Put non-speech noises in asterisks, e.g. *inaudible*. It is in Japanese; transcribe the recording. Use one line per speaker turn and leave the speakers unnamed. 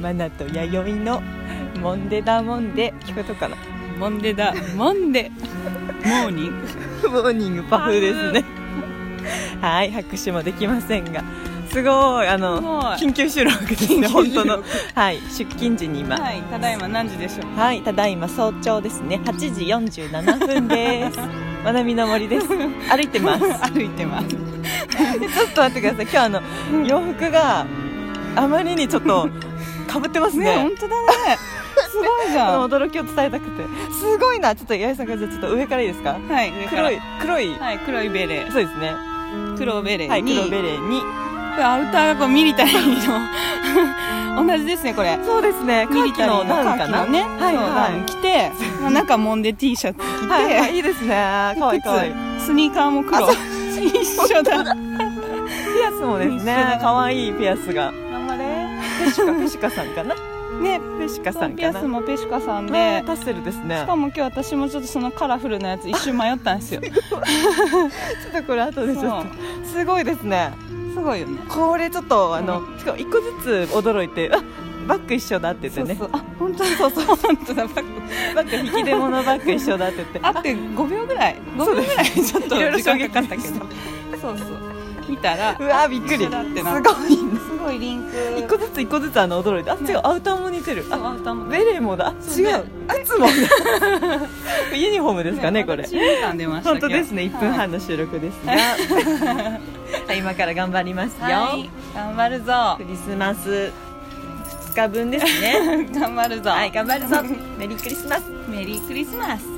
マナと弥生のモンデダモンデ聞こえとくかな
モンデだモンデモーニング
モーニングパフですね *laughs* はい拍手もできませんがすごいあの
すごい
緊急収録ですね
緊急
本
収録
当のはい出勤時に今は、
はいいただいま何時でしょう
ただいま早朝ですね8時47分です *laughs* まなみの森です歩いて *laughs* ます
歩いてます
ちょっと待ってください今日あの洋服があまりにちょっとかぶってます
ね
ね
本当だねすごいじ
あ
ゃ
の
ん
驚きを伝えたくてすごいなちょっと八重さんがじゃあちょっと上からいいですか
はい上から
黒い黒い、
はい黒いベレー
そうですね
黒ベレ
は
ー
い
に、
黒ベレーに
これアウターがこうミリタリー
*laughs*
の同じですねこれ
そうですね
ミリタリーの
ダウン
カーキのね
はい
そうダウン
は
着て、まあ、中モンデ T シャツ着て、
いはい、はい、いいですねかわいいかわいいピ
靴スニーカーも黒 *laughs* 一緒だ頑
アスもです
一緒だ
ねかわいいピアスが
張れ
ペシカペシカさんかな
ね
ペシカ
そ
さ
うんピ
か
アス
な
もペシカさん
ね
で
タッセルですね
しかも今日私もちょっとそのカラフルなやつ一瞬迷ったんですよ
ちょっとこれ後でちょっとすごいですね
*laughs* すごいよね
これちょっとあの、しかも一個ずつ驚いてあバッグ一緒だって言ってね
そうそうあ本当だそうそう本当だバッグ
バッグ引き出物バッグ一緒だって言って
*laughs* あって5秒ぐらい5秒ぐらい *laughs* ちょっと
いろいろ
時間かかっ
衝
た
撃
け
で
どそうそう見たら
うわびっくり
一緒だってな
すごいね
すごいリンク
一個ずつ一個ずつあの驚いてあ違うアウターも似てるあ
あ歌も
ベレーもだあ
そう
違 *laughs* う靴もユニフォームですかねこれ
私2巻出ました
本
けど
当ですね1分
はい
半の収録ですがはい今から頑張りますよ
はい頑張るぞ
クリスマス2日分ですね
頑張る
*laughs*
ぞ
はい頑張るぞメリークリスマス
*laughs* メリークリスマス